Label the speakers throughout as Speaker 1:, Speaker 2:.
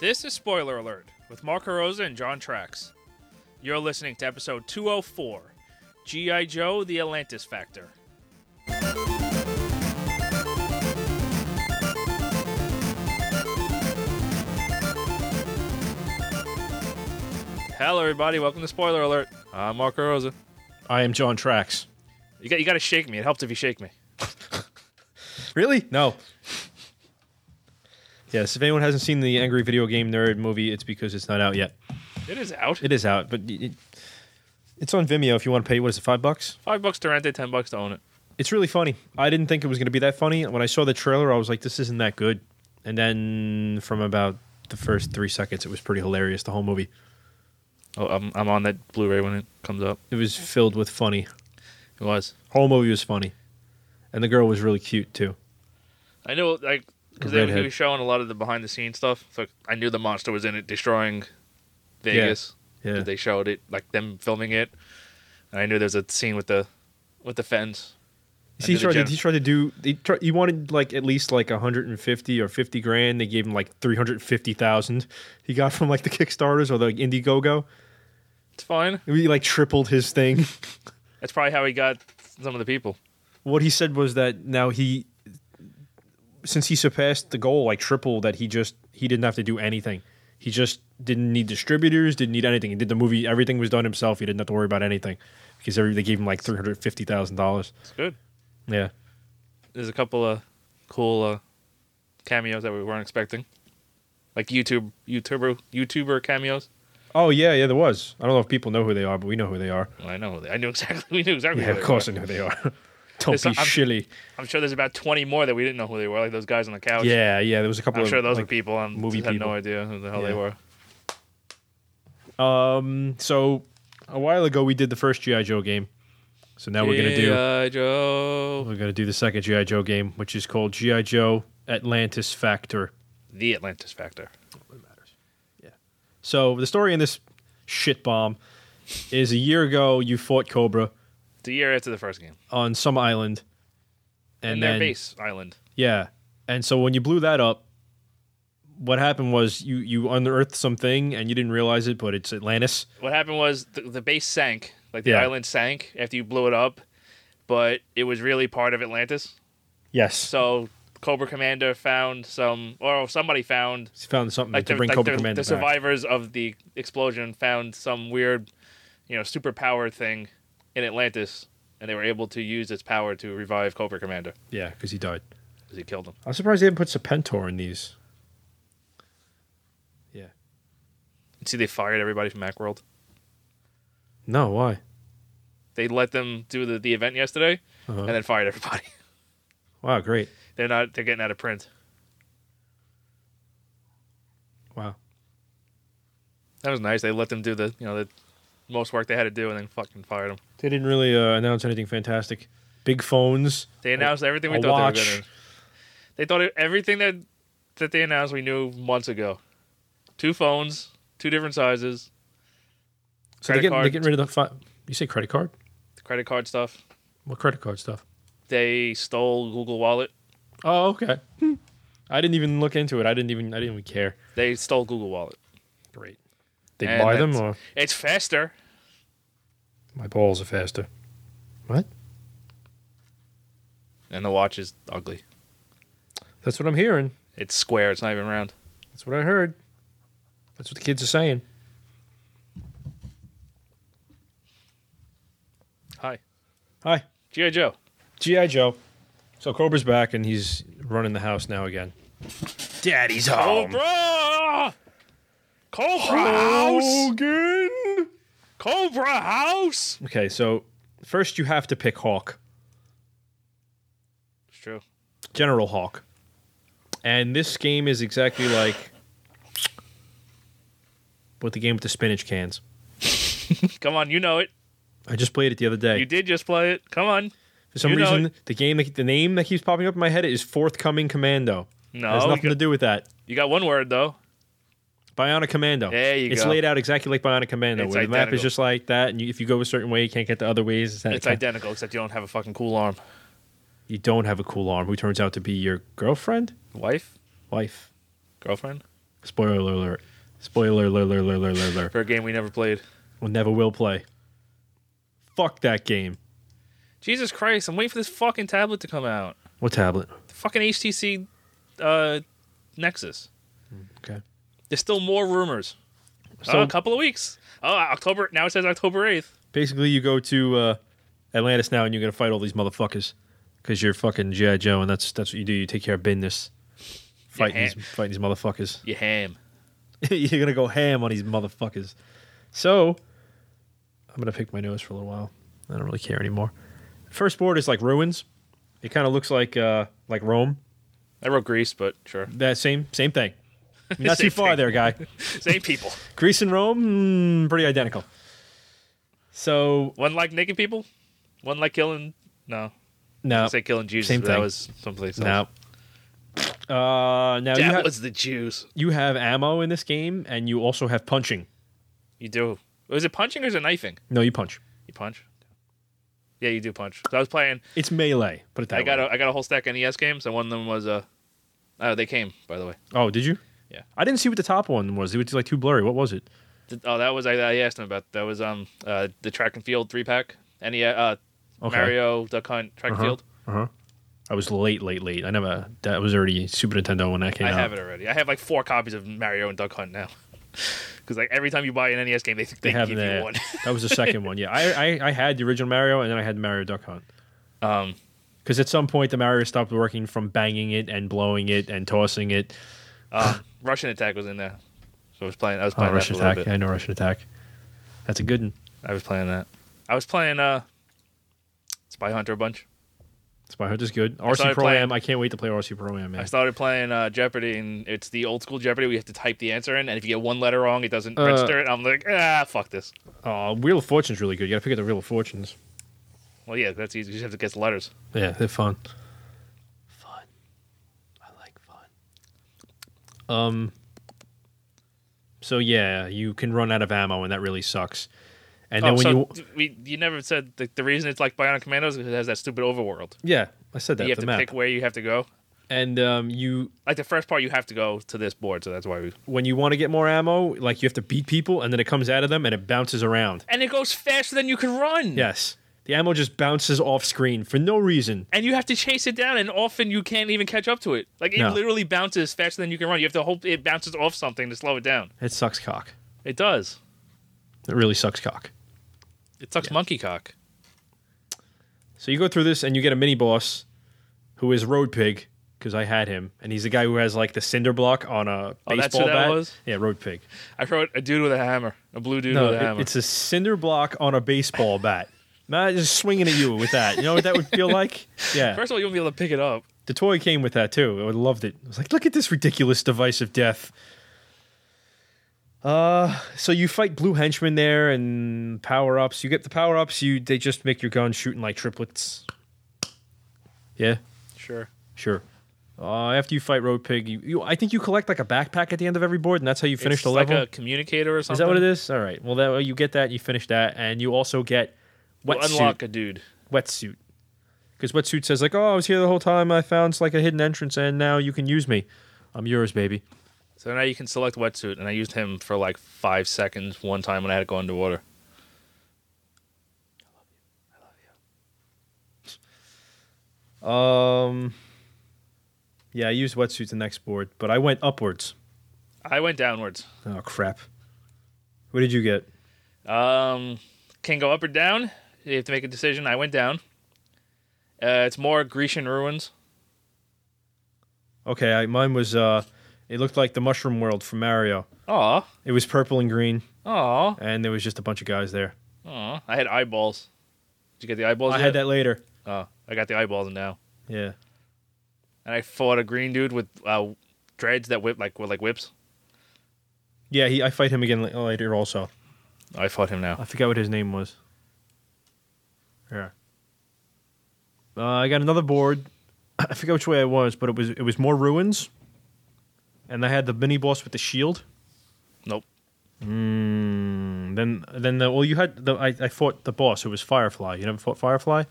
Speaker 1: This is Spoiler Alert with Marco Rosa and John Trax. You're listening to episode 204 G.I. Joe The Atlantis Factor. Hello, everybody. Welcome to Spoiler Alert. I'm Marco Rosa.
Speaker 2: I am John Trax.
Speaker 1: You got, you got to shake me. It helps if you shake me.
Speaker 2: Really? No. Yes, if anyone hasn't seen the Angry Video Game Nerd movie, it's because it's not out yet.
Speaker 1: It is out.
Speaker 2: It is out, but it, it's on Vimeo if you want to pay, what is it, five bucks?
Speaker 1: Five bucks to rent it, ten bucks to own it.
Speaker 2: It's really funny. I didn't think it was going to be that funny. When I saw the trailer, I was like, this isn't that good. And then from about the first three seconds, it was pretty hilarious, the whole movie.
Speaker 1: Oh, I'm, I'm on that Blu-ray when it comes up.
Speaker 2: It was filled with funny.
Speaker 1: It was.
Speaker 2: Whole movie was funny. And the girl was really cute, too.
Speaker 1: I know, like, because they he
Speaker 2: Redhead.
Speaker 1: was showing a lot of the behind-the-scenes stuff. So I knew the monster was in it, destroying Vegas.
Speaker 2: Yeah.
Speaker 1: That They showed it, like them filming it. And I knew there was a scene with the with the fence.
Speaker 2: See, he
Speaker 1: Under the
Speaker 2: tried, to,
Speaker 1: gen-
Speaker 2: he tried to do. He, tried, he wanted like at least like 150 or 50 grand. They gave him like 350,000. He got from like the Kickstarters or the Indiegogo.
Speaker 1: It's fine.
Speaker 2: He like tripled his thing.
Speaker 1: That's probably how he got some of the people.
Speaker 2: What he said was that now he, since he surpassed the goal like triple, that he just he didn't have to do anything. He just didn't need distributors, didn't need anything. He did the movie. Everything was done himself. He didn't have to worry about anything because every, they gave him like 350 thousand dollars.
Speaker 1: It's good.
Speaker 2: Yeah.
Speaker 1: There's a couple of cool uh, cameos that we weren't expecting, like YouTube YouTuber YouTuber cameos.
Speaker 2: Oh yeah, yeah. There was. I don't know if people know who they are, but we know who they are.
Speaker 1: Well, I know. I knew exactly. We knew exactly.
Speaker 2: Yeah,
Speaker 1: who
Speaker 2: of
Speaker 1: they
Speaker 2: course
Speaker 1: were.
Speaker 2: I know they are. Don't
Speaker 1: It's
Speaker 2: be
Speaker 1: not- I'm-
Speaker 2: silly.
Speaker 1: I'm sure there's about 20 more that we didn't know who they were, like those guys on the couch.
Speaker 2: Yeah, yeah. There was a couple
Speaker 1: I'm
Speaker 2: of
Speaker 1: sure those
Speaker 2: like,
Speaker 1: are people. I
Speaker 2: movie
Speaker 1: movie had
Speaker 2: people.
Speaker 1: no idea who the hell they
Speaker 2: Yeah.
Speaker 1: were.
Speaker 2: Um, so a while ago we did the first GI Joe game. So now we're gonna do
Speaker 1: G.I. Joe.
Speaker 2: we're gonna do the second GI Joe game, which is called GI Joe Atlantis Factor.
Speaker 1: The Atlantis Factor.
Speaker 2: So the story in this shit bomb is a year ago you fought Cobra
Speaker 1: It's a year after the first game.
Speaker 2: on some island, and
Speaker 1: And
Speaker 2: then
Speaker 1: their base island.
Speaker 2: Yeah. And so when you blew that up, what happened was you you unearthed something and you didn't realize it, but it's Atlantis.
Speaker 1: What happened was the, the base sank. Like the
Speaker 2: Yeah.
Speaker 1: island sank after you blew it up, but it was really part of Atlantis.
Speaker 2: Yes.
Speaker 1: So Cobra Commander found some, or somebody found,
Speaker 2: found something
Speaker 1: like
Speaker 2: to
Speaker 1: the,
Speaker 2: bring
Speaker 1: like
Speaker 2: Cobra
Speaker 1: the-
Speaker 2: Commander
Speaker 1: the
Speaker 2: back.
Speaker 1: survivors of the explosion found some weird, you know, superpower thing in Atlantis, and they were able to use its power to revive Cobra Commander
Speaker 2: Yeah, because he died.
Speaker 1: because he killed him.
Speaker 2: I'm surprised they didn't put Serpentor in these. Yeah.
Speaker 1: See, they fired everybody from Macworld.
Speaker 2: No, why?
Speaker 1: They let them do the, the event yesterday,
Speaker 2: Uh-huh.
Speaker 1: and then fired everybody.
Speaker 2: Wow, great.
Speaker 1: They're not. They're getting out of print.
Speaker 2: Wow.
Speaker 1: That was nice. They let them do the you know the most work they had to do, and then fucking fired them.
Speaker 2: They didn't really uh, announce anything fantastic. Big phones.
Speaker 1: They announced everything we
Speaker 2: a
Speaker 1: thought they
Speaker 2: watch.
Speaker 1: were gonna. They thought it- everything that that they announced we knew months ago. Two phones, two different sizes,
Speaker 2: So
Speaker 1: credit
Speaker 2: they're getting,
Speaker 1: card.
Speaker 2: they're getting rid of the. Fi- you say credit card?
Speaker 1: credit card stuff.
Speaker 2: What credit card stuff?
Speaker 1: They stole Google Wallet.
Speaker 2: Oh, okay. Hmm. I didn't even look into it. I didn't even. I didn't even care.
Speaker 1: They stole Google Wallet.
Speaker 2: Great. They
Speaker 1: And
Speaker 2: buy them,
Speaker 1: that's-
Speaker 2: or
Speaker 1: It's faster.
Speaker 2: my balls are faster. What?
Speaker 1: And the watch is ugly.
Speaker 2: That's what I'm hearing.
Speaker 1: It's square. It's not even round.
Speaker 2: That's what I heard. That's what the kids are saying.
Speaker 1: Hi,
Speaker 2: Hi,
Speaker 1: GI Joe.
Speaker 2: GI Joe. So Cobra's back, and he's running the house now again. Daddy's
Speaker 1: Cobra. Cobra House. Cobra House.
Speaker 2: Okay, so first you have to pick Hawk,
Speaker 1: It's true.
Speaker 2: General Hawk, and this game is exactly like with the game with the spinach cans.
Speaker 1: Come on, you know it.
Speaker 2: I just played it the other day.
Speaker 1: You did just play it. Come on.
Speaker 2: For some
Speaker 1: You know
Speaker 2: reason, the game, that- the name that keeps popping up in my head is Forthcoming Commando.
Speaker 1: No,
Speaker 2: it has
Speaker 1: you
Speaker 2: nothing
Speaker 1: got-
Speaker 2: to do with that.
Speaker 1: You got one word though.
Speaker 2: Bionic Commando.
Speaker 1: There you
Speaker 2: it's
Speaker 1: go.
Speaker 2: laid out exactly like Bionic Commando,
Speaker 1: It's
Speaker 2: where the map
Speaker 1: identical.
Speaker 2: is just like that, and you, if you go a certain way, you can't get the other ways. It's, that
Speaker 1: It's
Speaker 2: kind-
Speaker 1: identical, except you don't have a fucking cool arm.
Speaker 2: You don't have a cool arm, who turns out to be your girlfriend,
Speaker 1: Wife,
Speaker 2: wife,
Speaker 1: girlfriend,
Speaker 2: Spoiler alert. Spoiler alert, alert, alert, alert, alert.
Speaker 1: for a game we never played.
Speaker 2: We never will play. Fuck that game.
Speaker 1: Jesus Christ! I'm waiting for this fucking tablet to come out.
Speaker 2: What tablet?
Speaker 1: The fucking HTC uh, Nexus.
Speaker 2: Okay.
Speaker 1: There's still more rumors.
Speaker 2: So-
Speaker 1: oh, a couple of weeks. Oh, October. Now it says October eighth.
Speaker 2: Basically, you go to uh, Atlantis now and you're gonna fight all these motherfuckers because you're fucking GI Joe, and that's that's what you do. You take care of business. Fighting
Speaker 1: Yeah.
Speaker 2: these, fighting these motherfuckers.
Speaker 1: You ham.
Speaker 2: you're gonna go ham on these motherfuckers. So I'm gonna pick my nose for a little while. I don't really care anymore. First board is like ruins. It kind of looks like uh, like Rome.
Speaker 1: I wrote Greece, but sure.
Speaker 2: That same same thing. Not too
Speaker 1: Same
Speaker 2: far
Speaker 1: thing.
Speaker 2: there, guy.
Speaker 1: Same people.
Speaker 2: Greece and Rome, mm, pretty identical. So
Speaker 1: One like naked people. One like killing. No,
Speaker 2: no,
Speaker 1: I say killing Jews.
Speaker 2: Same
Speaker 1: but That
Speaker 2: thing.
Speaker 1: was someplace else.
Speaker 2: no. Uh, now
Speaker 1: That
Speaker 2: you, ha-
Speaker 1: was the Jews.
Speaker 2: you have ammo in this game, and you also have punching.
Speaker 1: You do. Was it punching or is it knifing?
Speaker 2: No, you punch.
Speaker 1: You punch. Yeah, you do punch. So I was playing.
Speaker 2: It's melee. Put it that
Speaker 1: I got
Speaker 2: way.
Speaker 1: a, I got a whole stack of NES games, and one of them was uh, oh they came by the way.
Speaker 2: oh, did you?
Speaker 1: Yeah.
Speaker 2: I didn't see what the top one was. It was like too blurry. What was it?
Speaker 1: Th- Oh, that was I, I asked him about. That was um uh the track and field three pack. Any uh
Speaker 2: Okay.
Speaker 1: Mario Duck Hunt track
Speaker 2: Uh-huh.
Speaker 1: and field.
Speaker 2: I was late, late, late. I never. That was already Super Nintendo when that came
Speaker 1: I
Speaker 2: out.
Speaker 1: have it already. I have like four copies of Mario and Duck Hunt now. Because like every time you buy an NES game, they they,
Speaker 2: They have
Speaker 1: give
Speaker 2: the-
Speaker 1: you one.
Speaker 2: that was the second one. Yeah, I, I I had the original Mario, and then I had Mario Duck Hunt.
Speaker 1: um,
Speaker 2: Because at some point the Mario stopped working from banging it and blowing it and tossing it.
Speaker 1: uh, Russian Attack was in there, so I was playing. I was
Speaker 2: Oh,
Speaker 1: playing that for
Speaker 2: Russian
Speaker 1: a little
Speaker 2: attack!
Speaker 1: bit.
Speaker 2: I know Russian attack. That's a good one.
Speaker 1: I was playing that. I was playing uh, Spy Hunter a bunch.
Speaker 2: Spy Hunter's good.
Speaker 1: started
Speaker 2: RC Pro Am.
Speaker 1: playing-
Speaker 2: I can't wait to play RC Pro Am.
Speaker 1: I
Speaker 2: Man.
Speaker 1: started playing uh, Jeopardy, and it's the old school Jeopardy. We have to type the answer in, and if you get one letter wrong, it doesn't
Speaker 2: Uh,
Speaker 1: register it. I'm like, ah, fuck this.
Speaker 2: Oh, Wheel of Fortune's really good. You got to pick up the Wheel of Fortunes.
Speaker 1: Well, yeah, that's easy. You just have to guess the letters.
Speaker 2: Yeah, they're fun. Fun. I like fun. Um. So yeah, you can run out of ammo, and that really sucks. And then
Speaker 1: oh,
Speaker 2: when
Speaker 1: so
Speaker 2: you
Speaker 1: d- we, you never said the, the reason it's like Bionic Commandos is 'cause it has that stupid overworld.
Speaker 2: yeah, I said that
Speaker 1: you have
Speaker 2: the
Speaker 1: to
Speaker 2: map.
Speaker 1: pick where you have to go.
Speaker 2: and um, you
Speaker 1: Like the first part, you have to go to this board, so that's why we.
Speaker 2: when you want to get more ammo, like you have to beat people, and then it comes out of them and it bounces around.
Speaker 1: And it goes faster than you can run.
Speaker 2: Yes, the ammo just bounces off screen for no reason.
Speaker 1: And you have to chase it down, and often you can't even catch up to it. Like it
Speaker 2: No.
Speaker 1: literally bounces faster than you can run. You have to hope it bounces off something to slow it down.
Speaker 2: It sucks cock.
Speaker 1: It does.
Speaker 2: It really sucks cock.
Speaker 1: It sucks monkey cock.
Speaker 2: So you go through this and you get a mini boss who is Road Pig because I had him, and he's the guy who has like the cinder block on a baseball
Speaker 1: Oh, that's who that
Speaker 2: bat.
Speaker 1: was?
Speaker 2: Yeah, Road Pig.
Speaker 1: I wrote a dude with a hammer, a blue dude
Speaker 2: No,
Speaker 1: with a
Speaker 2: it-
Speaker 1: hammer.
Speaker 2: it's a cinder block on a baseball bat. Matt just swinging at you with that. You know what that would feel like? Yeah.
Speaker 1: First of all, you won't be able to pick it up.
Speaker 2: The toy came with that too. I loved it. I was like, look at this ridiculous device of death. Uh, so you fight blue henchmen there and power ups. You get the power ups. You they just make your gun shooting like triplets. Yeah,
Speaker 1: Sure.
Speaker 2: sure. Uh, after you fight Road Pig, you, you I think you collect like a backpack at the end of every board, and that's how you finish
Speaker 1: it's
Speaker 2: the
Speaker 1: like
Speaker 2: level.
Speaker 1: a communicator or something.
Speaker 2: is that what it is? All right. Well, that way you get that, you finish that, and you also get
Speaker 1: We'll
Speaker 2: wetsuit
Speaker 1: unlock a dude.
Speaker 2: wetsuit. Because wetsuit says like, "Oh, I was here the whole time. I found like a hidden entrance, and now you can use me. I'm yours, baby."
Speaker 1: So now you can select wetsuit, and I used him for like five seconds one time when I had to go underwater.
Speaker 2: Um, yeah, I used wetsuit the next board, but I went upwards.
Speaker 1: I went downwards.
Speaker 2: Oh crap! What did you get?
Speaker 1: Um, can go up or down. You have to make a decision. I went down. Uh, it's more Grecian ruins.
Speaker 2: Okay, I, mine was. uh It looked like the Mushroom World from Mario.
Speaker 1: Aw,
Speaker 2: It was purple and green,
Speaker 1: aw,
Speaker 2: and there was just a bunch of guys there.
Speaker 1: aw. I had eyeballs. Did you get the eyeballs?
Speaker 2: I had that later.
Speaker 1: that. Oh, I got the eyeballs now.
Speaker 2: Yeah.
Speaker 1: And I fought a green dude with uh, dreads that whip like were like whips.
Speaker 2: Yeah, he, I fight him again la- later also.
Speaker 1: Oh, I fought him now.
Speaker 2: I forgot what his name was. Yeah. Uh, I got another board. I forgot which way I was, but it was it was more ruins. And I had the mini boss with the shield.
Speaker 1: Nope.
Speaker 2: Mm, then then the well you had the I, I fought the boss who was Firefly. You never fought Firefly?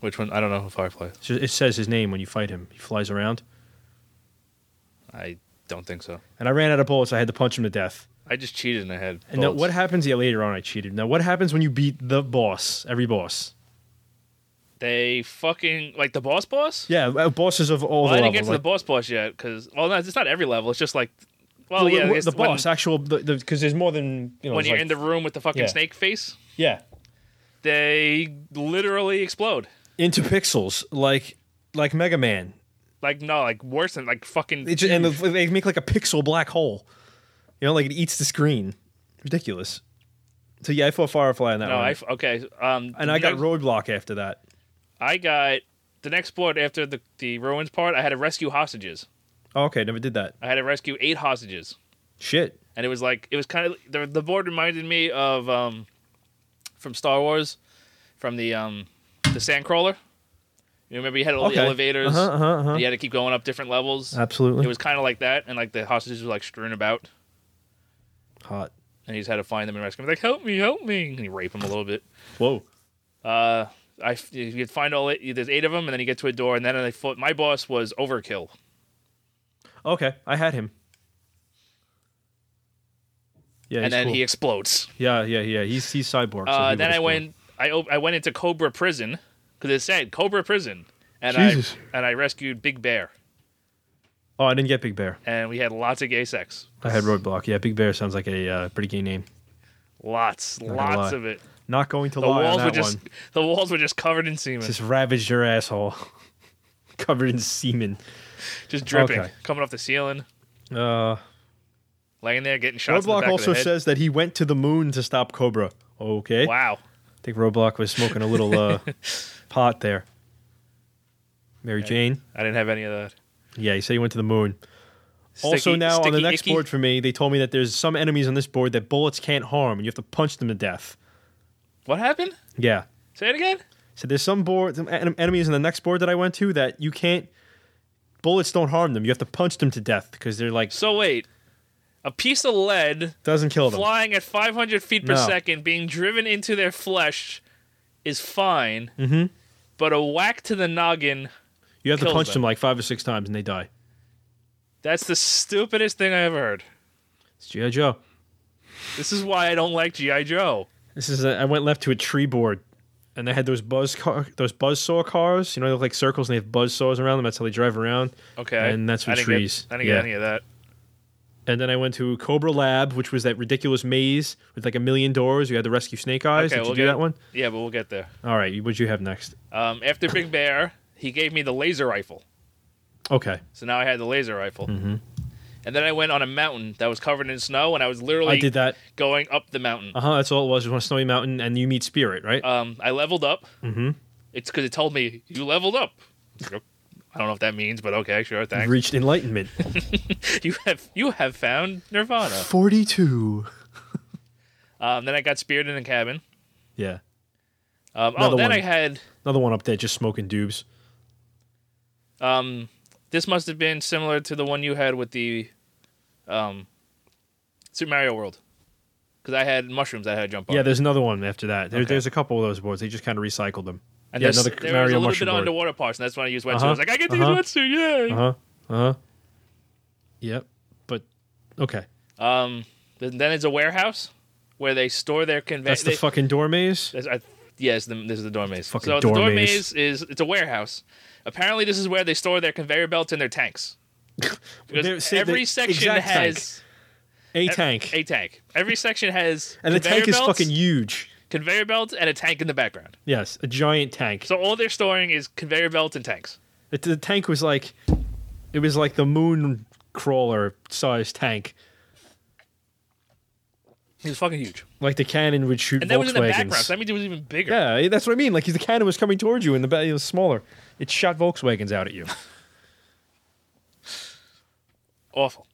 Speaker 1: Which one? I don't know who Firefly. is.
Speaker 2: It's just- it says his name when you fight him. He flies around.
Speaker 1: I don't think so.
Speaker 2: and I ran out of bullets. I had to punch him to death.
Speaker 1: I just cheated and I had.
Speaker 2: And now
Speaker 1: bullets.
Speaker 2: what happens? Yeah, later on I cheated. Now what happens when you beat the boss? Every boss.
Speaker 1: They fucking like the boss boss.
Speaker 2: Yeah, uh, bosses of all
Speaker 1: Well, I
Speaker 2: the
Speaker 1: didn't
Speaker 2: levels.
Speaker 1: get to
Speaker 2: like-
Speaker 1: the boss boss yet because well, no, it's not every level. It's just like, well,
Speaker 2: Well,
Speaker 1: yeah,
Speaker 2: the-
Speaker 1: it's
Speaker 2: the
Speaker 1: when-
Speaker 2: boss actual because the, 'cause there's more than you know.
Speaker 1: When,
Speaker 2: there's
Speaker 1: you're
Speaker 2: like-
Speaker 1: in the room with the fucking
Speaker 2: Yeah.
Speaker 1: snake face,
Speaker 2: yeah
Speaker 1: they literally explode.
Speaker 2: into pixels like like Mega Man.
Speaker 1: Like no, like worse than like fucking.
Speaker 2: It just, and the- they make like a pixel black hole. You know, like it eats the screen. Ridiculous. So yeah, I fought Firefly in that
Speaker 1: no,
Speaker 2: one.
Speaker 1: I f- okay. Um,
Speaker 2: and I got
Speaker 1: next-
Speaker 2: Roadblock after that.
Speaker 1: I got the next board after the the ruins part. I had to rescue hostages.
Speaker 2: Oh, okay, never did that.
Speaker 1: I had to rescue eight hostages,
Speaker 2: Shit.
Speaker 1: and it was like it was kind of the the board reminded me of um, from Star Wars, from the um, the Sandcrawler. You remember you had all the
Speaker 2: Okay.
Speaker 1: elevators.
Speaker 2: Uh-huh, uh-huh, uh-huh.
Speaker 1: You had to keep going up different levels.
Speaker 2: Absolutely.
Speaker 1: It was kind of like that, and like the hostages were like strewn about,
Speaker 2: hot.
Speaker 1: and he's had to find them and rescue them. Like, help me, help me! And you rape them a little bit.
Speaker 2: Whoa.
Speaker 1: Uh, I you find all eight, there's eight of them, and then you get to a door, and then they fought. My boss was Overkill.
Speaker 2: Okay, I had him. Yeah, he's
Speaker 1: and then
Speaker 2: cool.
Speaker 1: he explodes.
Speaker 2: Yeah, yeah, yeah. He's he's cyborg. so
Speaker 1: uh,
Speaker 2: he
Speaker 1: then I
Speaker 2: would explode.
Speaker 1: went. I op- I went into Cobra Prison because it said Cobra Prison, and
Speaker 2: Jesus.
Speaker 1: I and I rescued Big Bear,
Speaker 2: Oh, I didn't get Big Bear.
Speaker 1: and we had lots of gay sex.
Speaker 2: I had Roadblock. Yeah, Big Bear sounds like a uh, pretty gay name.
Speaker 1: Lots,
Speaker 2: gonna
Speaker 1: lots
Speaker 2: lie.
Speaker 1: of it.
Speaker 2: Not going to
Speaker 1: The
Speaker 2: lie on
Speaker 1: walls
Speaker 2: that
Speaker 1: were just
Speaker 2: one.
Speaker 1: the walls were just covered in semen, just,
Speaker 2: Just ravaged your asshole, covered in semen.
Speaker 1: dripping,
Speaker 2: okay.
Speaker 1: coming off the ceiling,
Speaker 2: Uh,
Speaker 1: laying there getting shots. in the
Speaker 2: Roadblock
Speaker 1: back of the
Speaker 2: also
Speaker 1: head.
Speaker 2: says that he went to the moon to stop Cobra. Okay,
Speaker 1: "Wow,
Speaker 2: I think Roadblock was smoking a little uh, pot there. Mary Jane.
Speaker 1: I didn't have any of that."
Speaker 2: Yeah, he said he went to the moon. also
Speaker 1: Sticky-
Speaker 2: now on the
Speaker 1: sticky
Speaker 2: next
Speaker 1: icky.
Speaker 2: board for me, they told me that there's some enemies on this board that bullets can't harm, and you have to punch them to death.
Speaker 1: what happened?
Speaker 2: Yeah.
Speaker 1: Say it again.
Speaker 2: So there's some board, some en- enemies on the next board that I went to that you can't. Bullets don't harm them. You have to punch them to death because they're like
Speaker 1: So wait, a piece of lead
Speaker 2: doesn't kill them.
Speaker 1: flying at 500 feet per
Speaker 2: No.
Speaker 1: second, being driven into their flesh, is fine. Mm-hmm. But a whack to the noggin,
Speaker 2: You have to
Speaker 1: kills
Speaker 2: punch
Speaker 1: them.
Speaker 2: them like five or six times and they die.
Speaker 1: that's the stupidest thing I ever heard.
Speaker 2: It's GI Joe.
Speaker 1: This is why I don't like G.I. Joe.
Speaker 2: This is a, I went left to a tree board, and they had those buzz car, those buzz saw cars. You know, they look like circles and they have buzz saws around them. That's how they drive around.
Speaker 1: Okay.
Speaker 2: And that's
Speaker 1: I
Speaker 2: with
Speaker 1: didn't
Speaker 2: trees.
Speaker 1: Get, I didn't
Speaker 2: Yeah.
Speaker 1: get any of that.
Speaker 2: And then I went to Cobra Lab, which was that ridiculous maze with like a million doors. You had to rescue Snake Eyes.
Speaker 1: Okay,
Speaker 2: Did
Speaker 1: we'll
Speaker 2: you do
Speaker 1: get-
Speaker 2: that one?
Speaker 1: Yeah, but we'll get there.
Speaker 2: All right. What'd you have next?
Speaker 1: Um, after Big Bear, he gave me the laser rifle.
Speaker 2: Okay.
Speaker 1: So now I had the laser rifle. Mm-hmm. And then I went on a mountain that was covered in snow, and I was literally
Speaker 2: I did that.
Speaker 1: going up the mountain.
Speaker 2: Uh huh. That's all it was. It was on Snowy Mountain, and you meet Spirit, right?
Speaker 1: Um, I leveled up.
Speaker 2: mm-hmm.
Speaker 1: It's because it told me you leveled up. "Oh, I don't know if that means, but okay, sure, thanks.
Speaker 2: Reached enlightenment.
Speaker 1: you have you have found Nirvana.
Speaker 2: Forty-two.
Speaker 1: Um, then I got speared in a cabin.
Speaker 2: Yeah.
Speaker 1: Um, oh,
Speaker 2: Another
Speaker 1: then
Speaker 2: one.
Speaker 1: I had
Speaker 2: Another one up there, just smoking dubs.
Speaker 1: um, this must have been similar to the one you had with the um, Super Mario World because I had mushrooms. I had to jump on.
Speaker 2: Yeah, there's another one after that. There,
Speaker 1: Okay.
Speaker 2: There's a couple of those boards. They just kind of recycled them.
Speaker 1: and
Speaker 2: yeah,
Speaker 1: there's-
Speaker 2: another
Speaker 1: there was
Speaker 2: Mario
Speaker 1: a little
Speaker 2: mushroom
Speaker 1: bit of
Speaker 2: board.
Speaker 1: underwater parts, and that's when I used wetsuit. I
Speaker 2: Uh-huh,
Speaker 1: was like, I get to
Speaker 2: uh-huh.
Speaker 1: use wetsuit, yay!
Speaker 2: Uh huh. Uh huh. Yep. But okay,
Speaker 1: Um, then then it's a warehouse where they store their
Speaker 2: that's
Speaker 1: convention.
Speaker 2: the fucking door maze.
Speaker 1: This, I, yes, the, this is the door maze.
Speaker 2: Fucking
Speaker 1: so the
Speaker 2: door
Speaker 1: door maze. is
Speaker 2: maze.
Speaker 1: it's a warehouse. Apparently, this is where they store their conveyor belts and their tanks. Because
Speaker 2: They're- say
Speaker 1: every
Speaker 2: the
Speaker 1: section
Speaker 2: exact
Speaker 1: has
Speaker 2: A tank,
Speaker 1: a tank. Every section has
Speaker 2: and the tank
Speaker 1: conveyor
Speaker 2: is
Speaker 1: belts,
Speaker 2: fucking huge.
Speaker 1: conveyor belts and a tank in the background.
Speaker 2: Yes, a giant tank.
Speaker 1: So all they're storing is conveyor belts and tanks.
Speaker 2: The, the tank was like, it was like the moon crawler sized tank.
Speaker 1: It was fucking huge,
Speaker 2: Like the cannon would shoot
Speaker 1: and that was in the background.
Speaker 2: Volkswagens.
Speaker 1: So that means it was even bigger.
Speaker 2: yeah, that's what I mean. Like the cannon was coming towards you, and the ba- it was smaller. It shot Volkswagens out at you.
Speaker 1: Awful.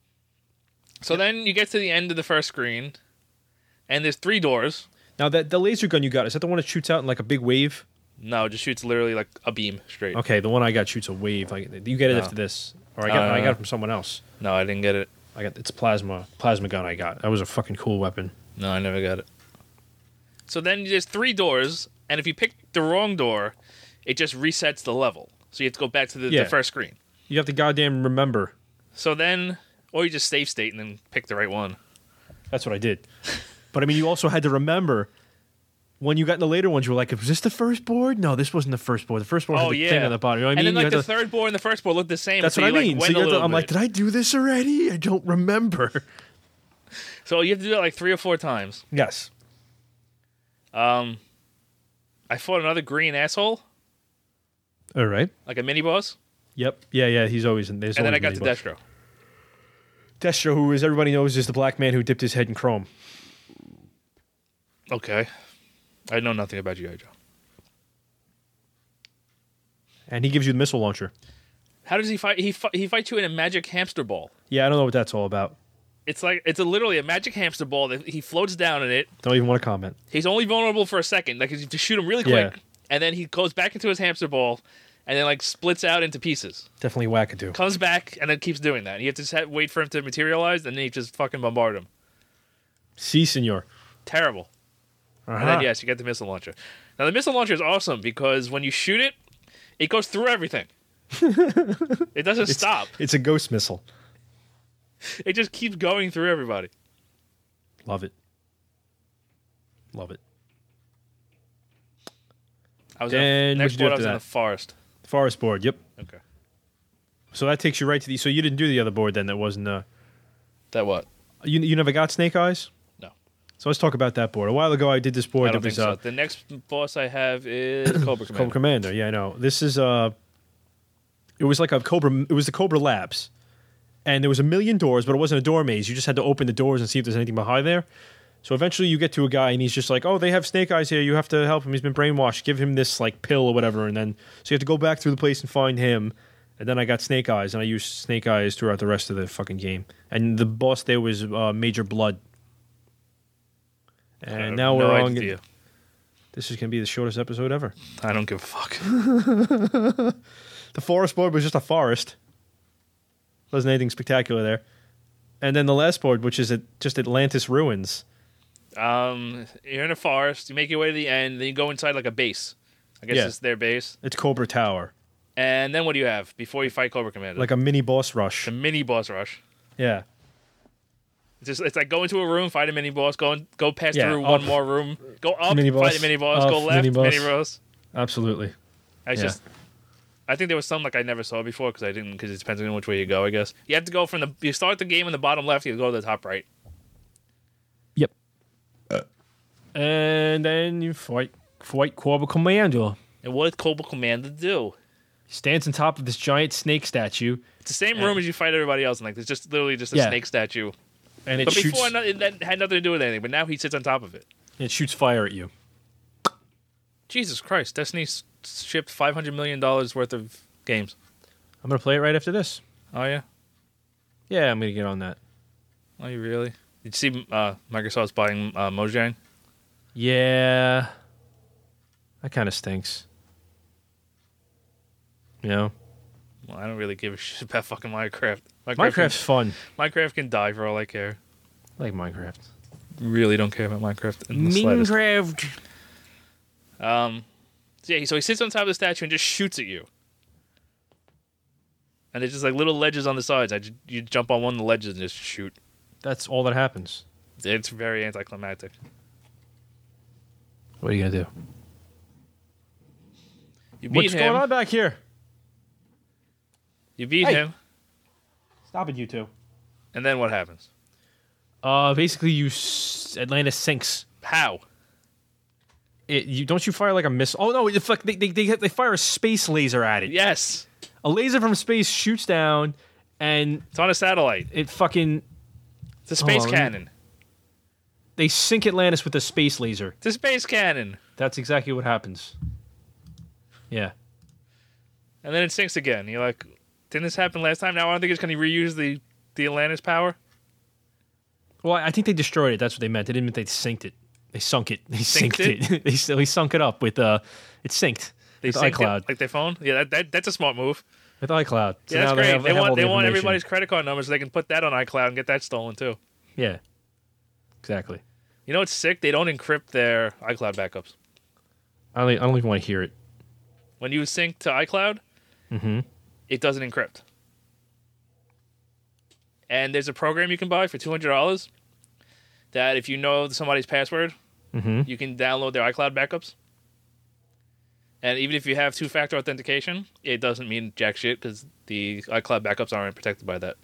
Speaker 1: So then you get to the end of the first screen, and there's three doors.
Speaker 2: now that the laser gun you got is that the one that shoots out in like a big wave?
Speaker 1: No, it just shoots literally like a beam straight.
Speaker 2: Okay, the one I got shoots a wave. Like you get it
Speaker 1: No.
Speaker 2: after this, or I got I got it from someone else.
Speaker 1: No, I didn't get it.
Speaker 2: I got it's plasma plasma gun I got. That was a fucking cool weapon.
Speaker 1: No, I never got it. So then there's three doors, and if you pick the wrong door, it just resets the level. So you have to go back to the,
Speaker 2: Yeah.
Speaker 1: the first screen.
Speaker 2: You have to goddamn remember.
Speaker 1: So then Or you just save state and then pick the right one.
Speaker 2: That's what I did. But I mean, you also had to remember when you got in the later ones, you were like, "Was this the first board? No, this wasn't the first board. The first board
Speaker 1: Oh
Speaker 2: had the
Speaker 1: yeah,
Speaker 2: thing on the bottom." You know what I mean?
Speaker 1: and then
Speaker 2: You
Speaker 1: like
Speaker 2: had
Speaker 1: the
Speaker 2: to-
Speaker 1: third board and the first board look the same.
Speaker 2: that's
Speaker 1: so
Speaker 2: what I
Speaker 1: you, like,
Speaker 2: mean.
Speaker 1: went
Speaker 2: so you
Speaker 1: a
Speaker 2: had to,
Speaker 1: little
Speaker 2: I'm like,
Speaker 1: bit.
Speaker 2: "Did I do this already? I don't remember."
Speaker 1: so you have to do that like three or four times.
Speaker 2: Yes.
Speaker 1: Um, I fought another green asshole,
Speaker 2: All right.
Speaker 1: like a mini boss,
Speaker 2: Yep. Yeah. Yeah. He's always in. There's
Speaker 1: and then I
Speaker 2: always
Speaker 1: got to
Speaker 2: many
Speaker 1: Destro.
Speaker 2: bugs. Destro, who, as everybody knows, is the black man who dipped his head in chrome.
Speaker 1: Okay, I know nothing about GI Joe.
Speaker 2: and he gives you the missile launcher.
Speaker 1: How does he fight? He fi- he fights you in a magic hamster ball.
Speaker 2: Yeah, I don't know what that's all about.
Speaker 1: It's like it's a, literally a magic hamster ball that he floats down in it.
Speaker 2: Don't even want to comment.
Speaker 1: He's only vulnerable for a second. Like you just shoot him really
Speaker 2: Yeah.
Speaker 1: quick, and then he goes back into his hamster ball, and then like splits out into pieces.
Speaker 2: Definitely wackadoo.
Speaker 1: Comes back and then keeps doing that. And you have to just ha- wait for him to materialize, and then you just fucking bombard him.
Speaker 2: See, senor.
Speaker 1: Terrible.
Speaker 2: Uh-huh.
Speaker 1: And then yes, you get the missile launcher. Now the missile launcher is awesome because when you shoot it, it goes through everything. it doesn't stop.
Speaker 2: It's a ghost missile.
Speaker 1: It just keeps going through everybody.
Speaker 2: Love it. Love it.
Speaker 1: I was
Speaker 2: Then
Speaker 1: in, next
Speaker 2: what'd you do
Speaker 1: board, I
Speaker 2: after
Speaker 1: was in
Speaker 2: that?
Speaker 1: the forest.
Speaker 2: Forest board. Yep.
Speaker 1: Okay.
Speaker 2: So that takes you right to the. So you didn't do the other board then. That wasn't. Uh,
Speaker 1: That what?
Speaker 2: you you never got snake eyes.
Speaker 1: No.
Speaker 2: So let's talk about that board. A while ago, I did this board.
Speaker 1: I don't
Speaker 2: that was,
Speaker 1: think so.
Speaker 2: uh,
Speaker 1: The next boss I have is Cobra Commander.
Speaker 2: Cobra Commander. Yeah, I know. This is uh it was like a Cobra it was the Cobra Labs. And there was a million doors, but it wasn't a door maze. You just had to open the doors and see if there's anything behind there. So eventually you get to a guy and he's just like, "Oh, they have snake eyes here. You have to help him. He's been brainwashed. Give him this like pill or whatever." And then so you have to go back through the place and find him. And then I got snake eyes and I used snake eyes throughout the rest of the fucking game. And the boss there was uh, Major Blood.
Speaker 1: I have
Speaker 2: And now
Speaker 1: no
Speaker 2: we're on.
Speaker 1: idea.
Speaker 2: This is going to be the shortest episode ever.
Speaker 1: I don't give a fuck.
Speaker 2: The forest board was just a forest. Wasn't anything spectacular there. And then the last board, which is at just Atlantis ruins.
Speaker 1: Um, you're in a forest. You make your way to the end. Then you go inside like a base. I guess
Speaker 2: Yeah.
Speaker 1: it's their base.
Speaker 2: It's Cobra Tower,
Speaker 1: And then what do you have before you fight Cobra Commander?
Speaker 2: like a mini boss rush.
Speaker 1: the mini boss rush.
Speaker 2: Yeah,
Speaker 1: It's just it's like go into a room, fight a mini boss, go in, go past
Speaker 2: Yeah,
Speaker 1: through
Speaker 2: up.
Speaker 1: one more room, go up,
Speaker 2: Mini
Speaker 1: fight
Speaker 2: boss,
Speaker 1: a mini boss, go
Speaker 2: up,
Speaker 1: left,
Speaker 2: mini
Speaker 1: mini
Speaker 2: boss.
Speaker 1: boss.
Speaker 2: absolutely.
Speaker 1: I was
Speaker 2: Yeah.
Speaker 1: just, I think there was some like I never saw before because I didn't because it depends on which way you go. I guess you have to go from the you start the game in the bottom left, you go to the top right.
Speaker 2: Yep. Uh, And then you fight fight Cobra Commander.
Speaker 1: And what did Cobra Commander do?
Speaker 2: He stands on top of this giant snake statue,
Speaker 1: It's the same room as you fight everybody else. And like there's just literally just a
Speaker 2: Yeah.
Speaker 1: snake statue.
Speaker 2: and it
Speaker 1: But
Speaker 2: shoots
Speaker 1: before no- it that had nothing to do with anything. But now he sits on top of it.
Speaker 2: it shoots fire at you.
Speaker 1: Jesus Christ! Destiny s- shipped five hundred million dollars worth of games.
Speaker 2: I'm gonna play it right after this.
Speaker 1: Oh yeah.
Speaker 2: Yeah, I'm gonna get on that.
Speaker 1: Oh, you really? Did you see uh, Microsoft's buying uh, Mojang?
Speaker 2: Yeah. That kind of stinks. You know?
Speaker 1: Well, I don't really give a shit about fucking Minecraft. Minecraft,
Speaker 2: Minecraft's fun.
Speaker 1: Can, Minecraft can die for all I care.
Speaker 2: I like Minecraft.
Speaker 1: Really don't care about Minecraft in the slightest. Um, so yeah, so he sits on top of the statue and just shoots at you. And there's just like little ledges on the sides. I, ju- you jump on one of the ledges and just shoot.
Speaker 2: That's all that happens.
Speaker 1: It's very anticlimactic.
Speaker 2: What are you gonna do?
Speaker 1: You beat
Speaker 2: What's
Speaker 1: him.
Speaker 2: going on back here?
Speaker 1: You beat
Speaker 2: Hey.
Speaker 1: him,
Speaker 2: Stop it, you two.
Speaker 1: and then what happens?
Speaker 2: Uh, basically, you s- Atlanta sinks.
Speaker 1: How?
Speaker 2: It, you don't you fire like a missile? Oh no! It, fuck, they, they, they they fire a space laser at it.
Speaker 1: Yes,
Speaker 2: A laser from space shoots down, and
Speaker 1: it's on a satellite.
Speaker 2: it fucking
Speaker 1: It's a space
Speaker 2: on.
Speaker 1: cannon.
Speaker 2: they sink Atlantis with a space laser.
Speaker 1: It's a space cannon.
Speaker 2: That's exactly what happens. Yeah.
Speaker 1: and then it sinks again. You're like, didn't this happen last time? Now I don't think it's going to reuse the the Atlantis power.
Speaker 2: Well, I think they destroyed it. That's what they meant. They didn't mean they sinked it. They sunk it. They
Speaker 1: Sinked
Speaker 2: sinked it. they, s- they sunk it up with uh, it synced.
Speaker 1: They
Speaker 2: with
Speaker 1: synced
Speaker 2: iCloud.
Speaker 1: it, like their phone. Yeah, that, that that's a smart move.
Speaker 2: with iCloud. So
Speaker 1: yeah, that's great.
Speaker 2: now They,
Speaker 1: They,
Speaker 2: have, they, have all
Speaker 1: want
Speaker 2: the
Speaker 1: they want
Speaker 2: information.
Speaker 1: everybody's credit card numbers. So they can put that on iCloud and get that stolen too.
Speaker 2: Yeah, exactly.
Speaker 1: You know what's sick? They don't encrypt their iCloud backups.
Speaker 2: I don't, I don't even want to hear it.
Speaker 1: When you sync to iCloud,
Speaker 2: Mhm.
Speaker 1: it doesn't encrypt. And there's a program you can buy for two hundred dollars that if you know somebody's password,
Speaker 2: Mm-hmm.
Speaker 1: you can download their iCloud backups. And even if you have two factor authentication, it doesn't mean jack shit because the iCloud backups aren't protected by that.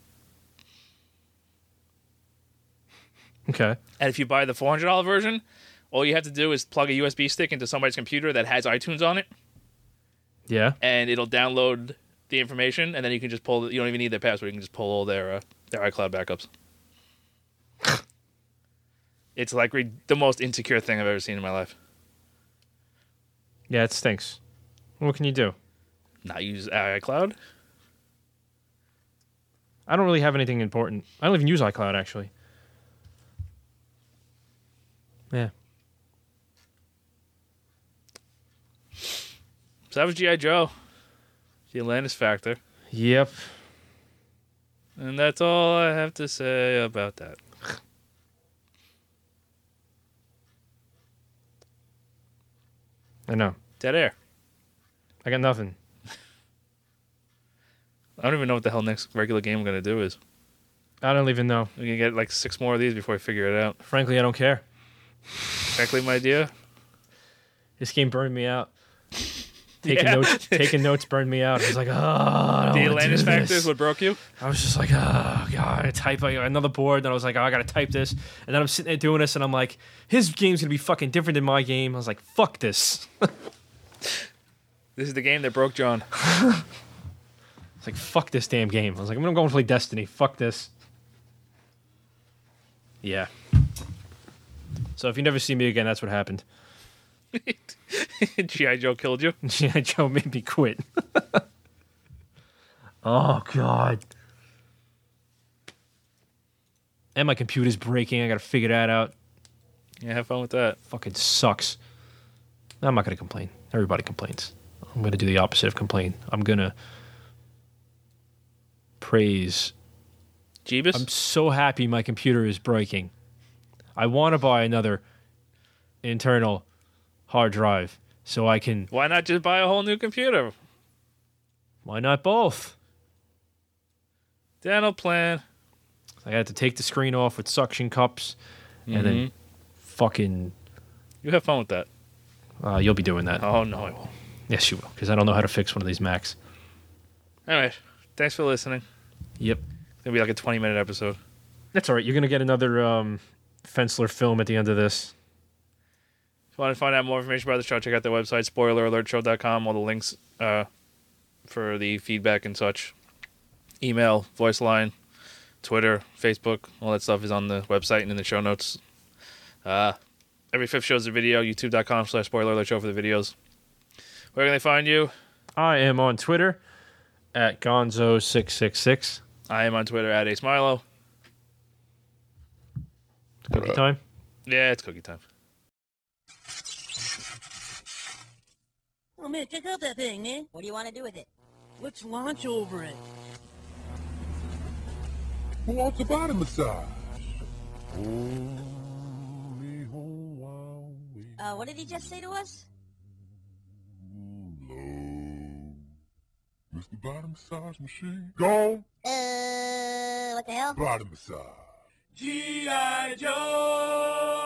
Speaker 2: Okay.
Speaker 1: And if you buy the $400 version, all you have to do is plug a USB stick into somebody's computer that has iTunes on it,
Speaker 2: Yeah.
Speaker 1: and it'll download the information, and then you can just pull. You don't even need their password; you can just pull all their uh, their iCloud backups. it's like re- the most insecure thing I've ever seen in my life.
Speaker 2: Yeah, it stinks. What can you do?
Speaker 1: Not use iCloud.
Speaker 2: I don't really have anything important. I don't even use iCloud actually. Yeah.
Speaker 1: So that was GI Joe, the Atlantis Factor,
Speaker 2: Yep.
Speaker 1: and that's all I have to say about that.
Speaker 2: I know.
Speaker 1: Dead air.
Speaker 2: I got nothing.
Speaker 1: I don't even know what the hell next regular game I'm gonna do is.
Speaker 2: I don't even know.
Speaker 1: We can get like six more of these before I figure it out.
Speaker 2: Frankly, I don't care.
Speaker 1: Frankly, my dear.
Speaker 2: This game burned me out. Taking
Speaker 1: Yeah.
Speaker 2: notes, taking notes burned me out. I was like, oh, I don't
Speaker 1: The
Speaker 2: wanna
Speaker 1: Atlantis
Speaker 2: do
Speaker 1: Factor
Speaker 2: this.
Speaker 1: is what broke you?
Speaker 2: I was just like, oh god, I type I got another board. Then I was like, oh, I gotta type this, and then I'm sitting there doing this, and I'm like, his game's gonna be fucking different than my game. I was like, fuck this.
Speaker 1: This is the game that broke John.
Speaker 2: It's like fuck this damn game. I was like, I'm gonna go and play Destiny. Fuck this. Yeah. So if you never see me again, that's what happened.
Speaker 1: G.I. Joe killed you.
Speaker 2: GI Joe made me quit. oh god. And my computer's breaking. I gotta figure that out.
Speaker 1: Yeah, have fun with that.
Speaker 2: Fucking sucks. I'm not gonna complain. Everybody complains. I'm gonna do the opposite of complain. I'm gonna praise
Speaker 1: Jeebus?
Speaker 2: I'm so happy my computer is breaking. I want to buy another internal hard drive so I can.
Speaker 1: Why not just buy a whole new computer?
Speaker 2: Why not both?
Speaker 1: Dental plan.
Speaker 2: I had to take the screen off with suction cups and
Speaker 1: Mhm.
Speaker 2: then fucking.
Speaker 1: You have fun with that.
Speaker 2: Uh, you'll be doing that.
Speaker 1: Oh, no, I won't.
Speaker 2: Yes, you will, because I don't know how to fix one of these Macs.
Speaker 1: Anyway, thanks for listening.
Speaker 2: Yep.
Speaker 1: It's going to be like a 20 minute episode.
Speaker 2: That's all right. You're going to get another um, Fensler film at the end of this.
Speaker 1: If you want to find out more information about the show, check out their website, spoileralertshow.com. All the links uh, for the feedback and such. Email, voice line, Twitter, Facebook, all that stuff is on the website and in the show notes. Uh, every fifth show is a video, youtube.com slash spoiler alert show for the videos. Where can they find you?
Speaker 2: I am on Twitter at Gonzo666.
Speaker 1: I am on Twitter at Ace Milo.
Speaker 2: Cookie time.
Speaker 1: Yeah, it's cookie time.
Speaker 3: Oh man, check out that thing, man. What do you want to do with it? Let's launch over it.
Speaker 4: Who wants a body massage?
Speaker 3: Uh, what did he just say to us?
Speaker 4: Mr. Body Massage Machine. Go
Speaker 3: Uh, what the hell?
Speaker 4: body massage. G.I. Joe!